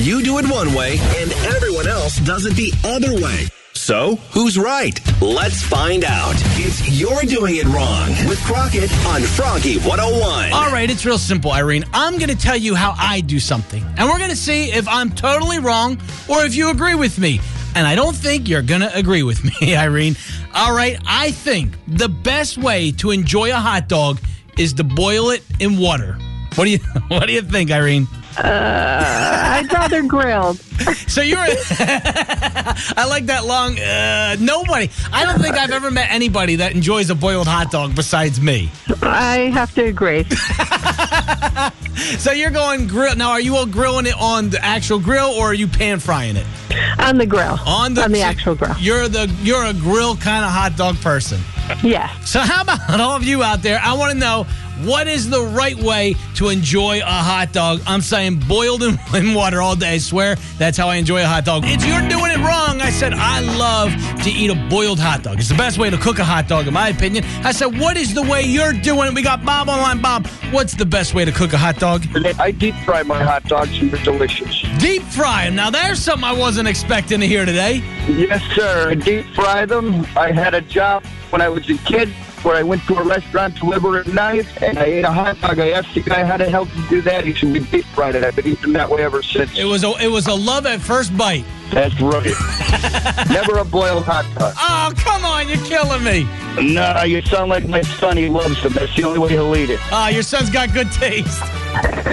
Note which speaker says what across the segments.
Speaker 1: You do it one way, and everyone else does it the other way. So, who's right? Let's find out. It's You're Doing It Wrong with Crockett on Froggy 101.
Speaker 2: All right, it's real simple, Irene. I'm going to tell you how I do something, and we're going to see if I'm totally wrong or if you agree with me. And I don't think you're going to agree with me, Irene. All right, I think the best way to enjoy a hot dog is to boil it in water. What do you What do you think, Irene?
Speaker 3: I'd rather grilled.
Speaker 2: So you're. A, I like that long. Uh, nobody. I don't think I've ever met anybody that enjoys a boiled hot dog besides me.
Speaker 3: I have to agree.
Speaker 2: So you're going grill. Now, are you all grilling it on the actual grill, or are you pan frying it
Speaker 3: On the grill.
Speaker 2: on the
Speaker 3: on the actual grill.
Speaker 2: You're the you're a grill kind of hot dog person.
Speaker 3: Yes.
Speaker 2: So how about all of you out there? I want to know what is the right way to enjoy a hot dog. I'm saying boiled in, in water all day. I swear that's how I enjoy a hot dog. It's you're doing it wrong. I said I love to eat a boiled hot dog. It's the best way to cook a hot dog, in my opinion. I said, what is the way you're doing it? We got Bob online. Bob, what's the best way to cook a hot dog?
Speaker 4: I deep fry my hot dogs and they're delicious.
Speaker 2: Deep fry 'em. Now there's something I wasn't expecting to hear today.
Speaker 4: Yes, sir. I deep fry them. I had a job when I was a kid where I went to a restaurant to deliver a knife and I ate a hot dog. I asked the guy how to help me do that. He said, We deep fried it. I've been eating that way ever since.
Speaker 2: It was a it was a love at first bite.
Speaker 4: That's right. Never a boiled hot dog.
Speaker 2: Oh come on, you're killing me.
Speaker 4: No, you sound like my son. He loves them. That's the only way he'll eat it.
Speaker 2: Ah, your son's got good taste.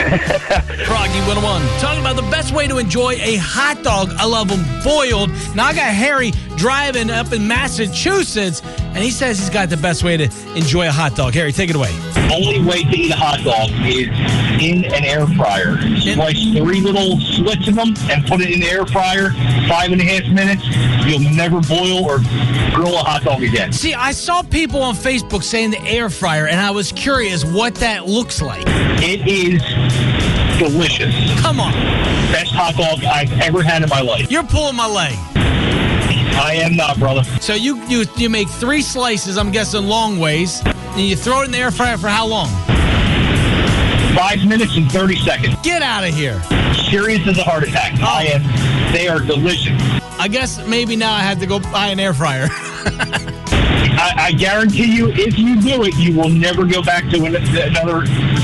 Speaker 2: Froggy 101. Talking about the best way to enjoy a hot dog. I love them boiled. Now I got Harry driving up in Massachusetts, and he says he's got the best way to enjoy a hot dog. Harry, take it away.
Speaker 5: only way to eat a hot dog is in an air fryer. Slice three little slits of them and put it in the air fryer. Five and a half minutes. You'll never boil or grill a hot dog again.
Speaker 2: See, I saw people on Facebook saying the air fryer, and I was curious what that looks like.
Speaker 5: It is delicious.
Speaker 2: Come on,
Speaker 5: Best hot dog I've ever had in my life.
Speaker 2: you're pulling my leg.
Speaker 5: I am not, brother.
Speaker 2: So you you you make three slices, I'm guessing long ways, and you throw it in the air fryer for how long?
Speaker 5: Five minutes and 30 seconds.
Speaker 2: Get out of here.
Speaker 5: Serious as a heart attack. I am. They are delicious.
Speaker 2: I guess maybe now I have to go buy an air fryer.
Speaker 5: I, I guarantee you, if you do it, you will never go back to an, another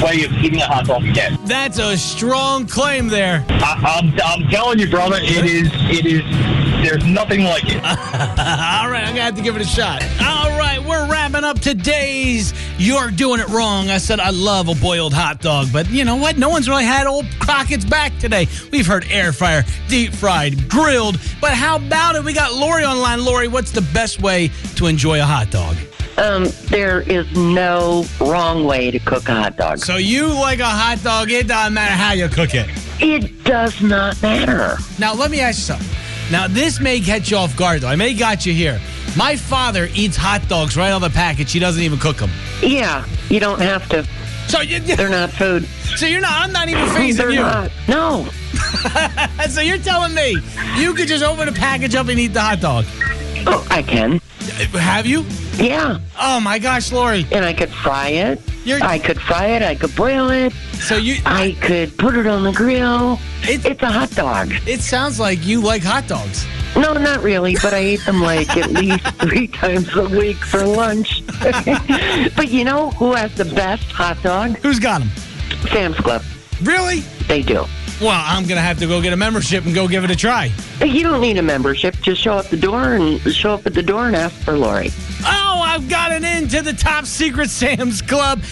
Speaker 5: way of eating a hot dog again.
Speaker 2: That's a strong claim there.
Speaker 5: I, I'm, I'm telling you, brother, it is, it is, there's nothing like it.
Speaker 2: All right, I'm gonna have to give it a shot. All right, we're wrapping up today's You're Doing It Wrong. I said I love a boiled hot dog, but you know what? No one's really had old Crockett's back today. We've heard air fryer, deep fried, grilled, but how about it? We got Lori online. Lori, what's the best way to enjoy a hot dog?
Speaker 6: Um, there is no wrong way to cook a hot dog.
Speaker 2: So you like a hot dog, it doesn't matter how you cook it.
Speaker 6: It does not matter.
Speaker 2: Now, let me ask you something. Now, this may catch you off guard, though. I may got you here. My father eats hot dogs right on the package. He doesn't even cook them.
Speaker 6: Yeah, you don't have to.
Speaker 2: So, you, you-
Speaker 6: They're not food.
Speaker 2: so you're not, I'm not even phasing
Speaker 6: They're
Speaker 2: you.
Speaker 6: not. No.
Speaker 2: So you're telling me you could just open a package up and eat the hot dog.
Speaker 6: Oh, I can.
Speaker 2: Have you?
Speaker 6: Yeah,
Speaker 2: Oh, my gosh, Lori.
Speaker 6: and I could fry it.
Speaker 2: You're-
Speaker 6: I could fry it. I could boil it.
Speaker 2: So you,
Speaker 6: I could put it on the grill.
Speaker 2: it,
Speaker 6: It's a hot dog.
Speaker 2: it sounds like you like hot dogs.
Speaker 6: No, not really, but I ate them like at least three times a week for lunch. but you know who has the best hot dog?
Speaker 2: Who's got them?
Speaker 6: Sam's Club.
Speaker 2: Really?
Speaker 6: They do.
Speaker 2: Well, I'm going to have to go get a membership and go give it a try.
Speaker 6: You don't need a membership. Just show up the door and show up at the door and ask for Lori.
Speaker 2: Oh, I've gotten into the top secret Sam's Club.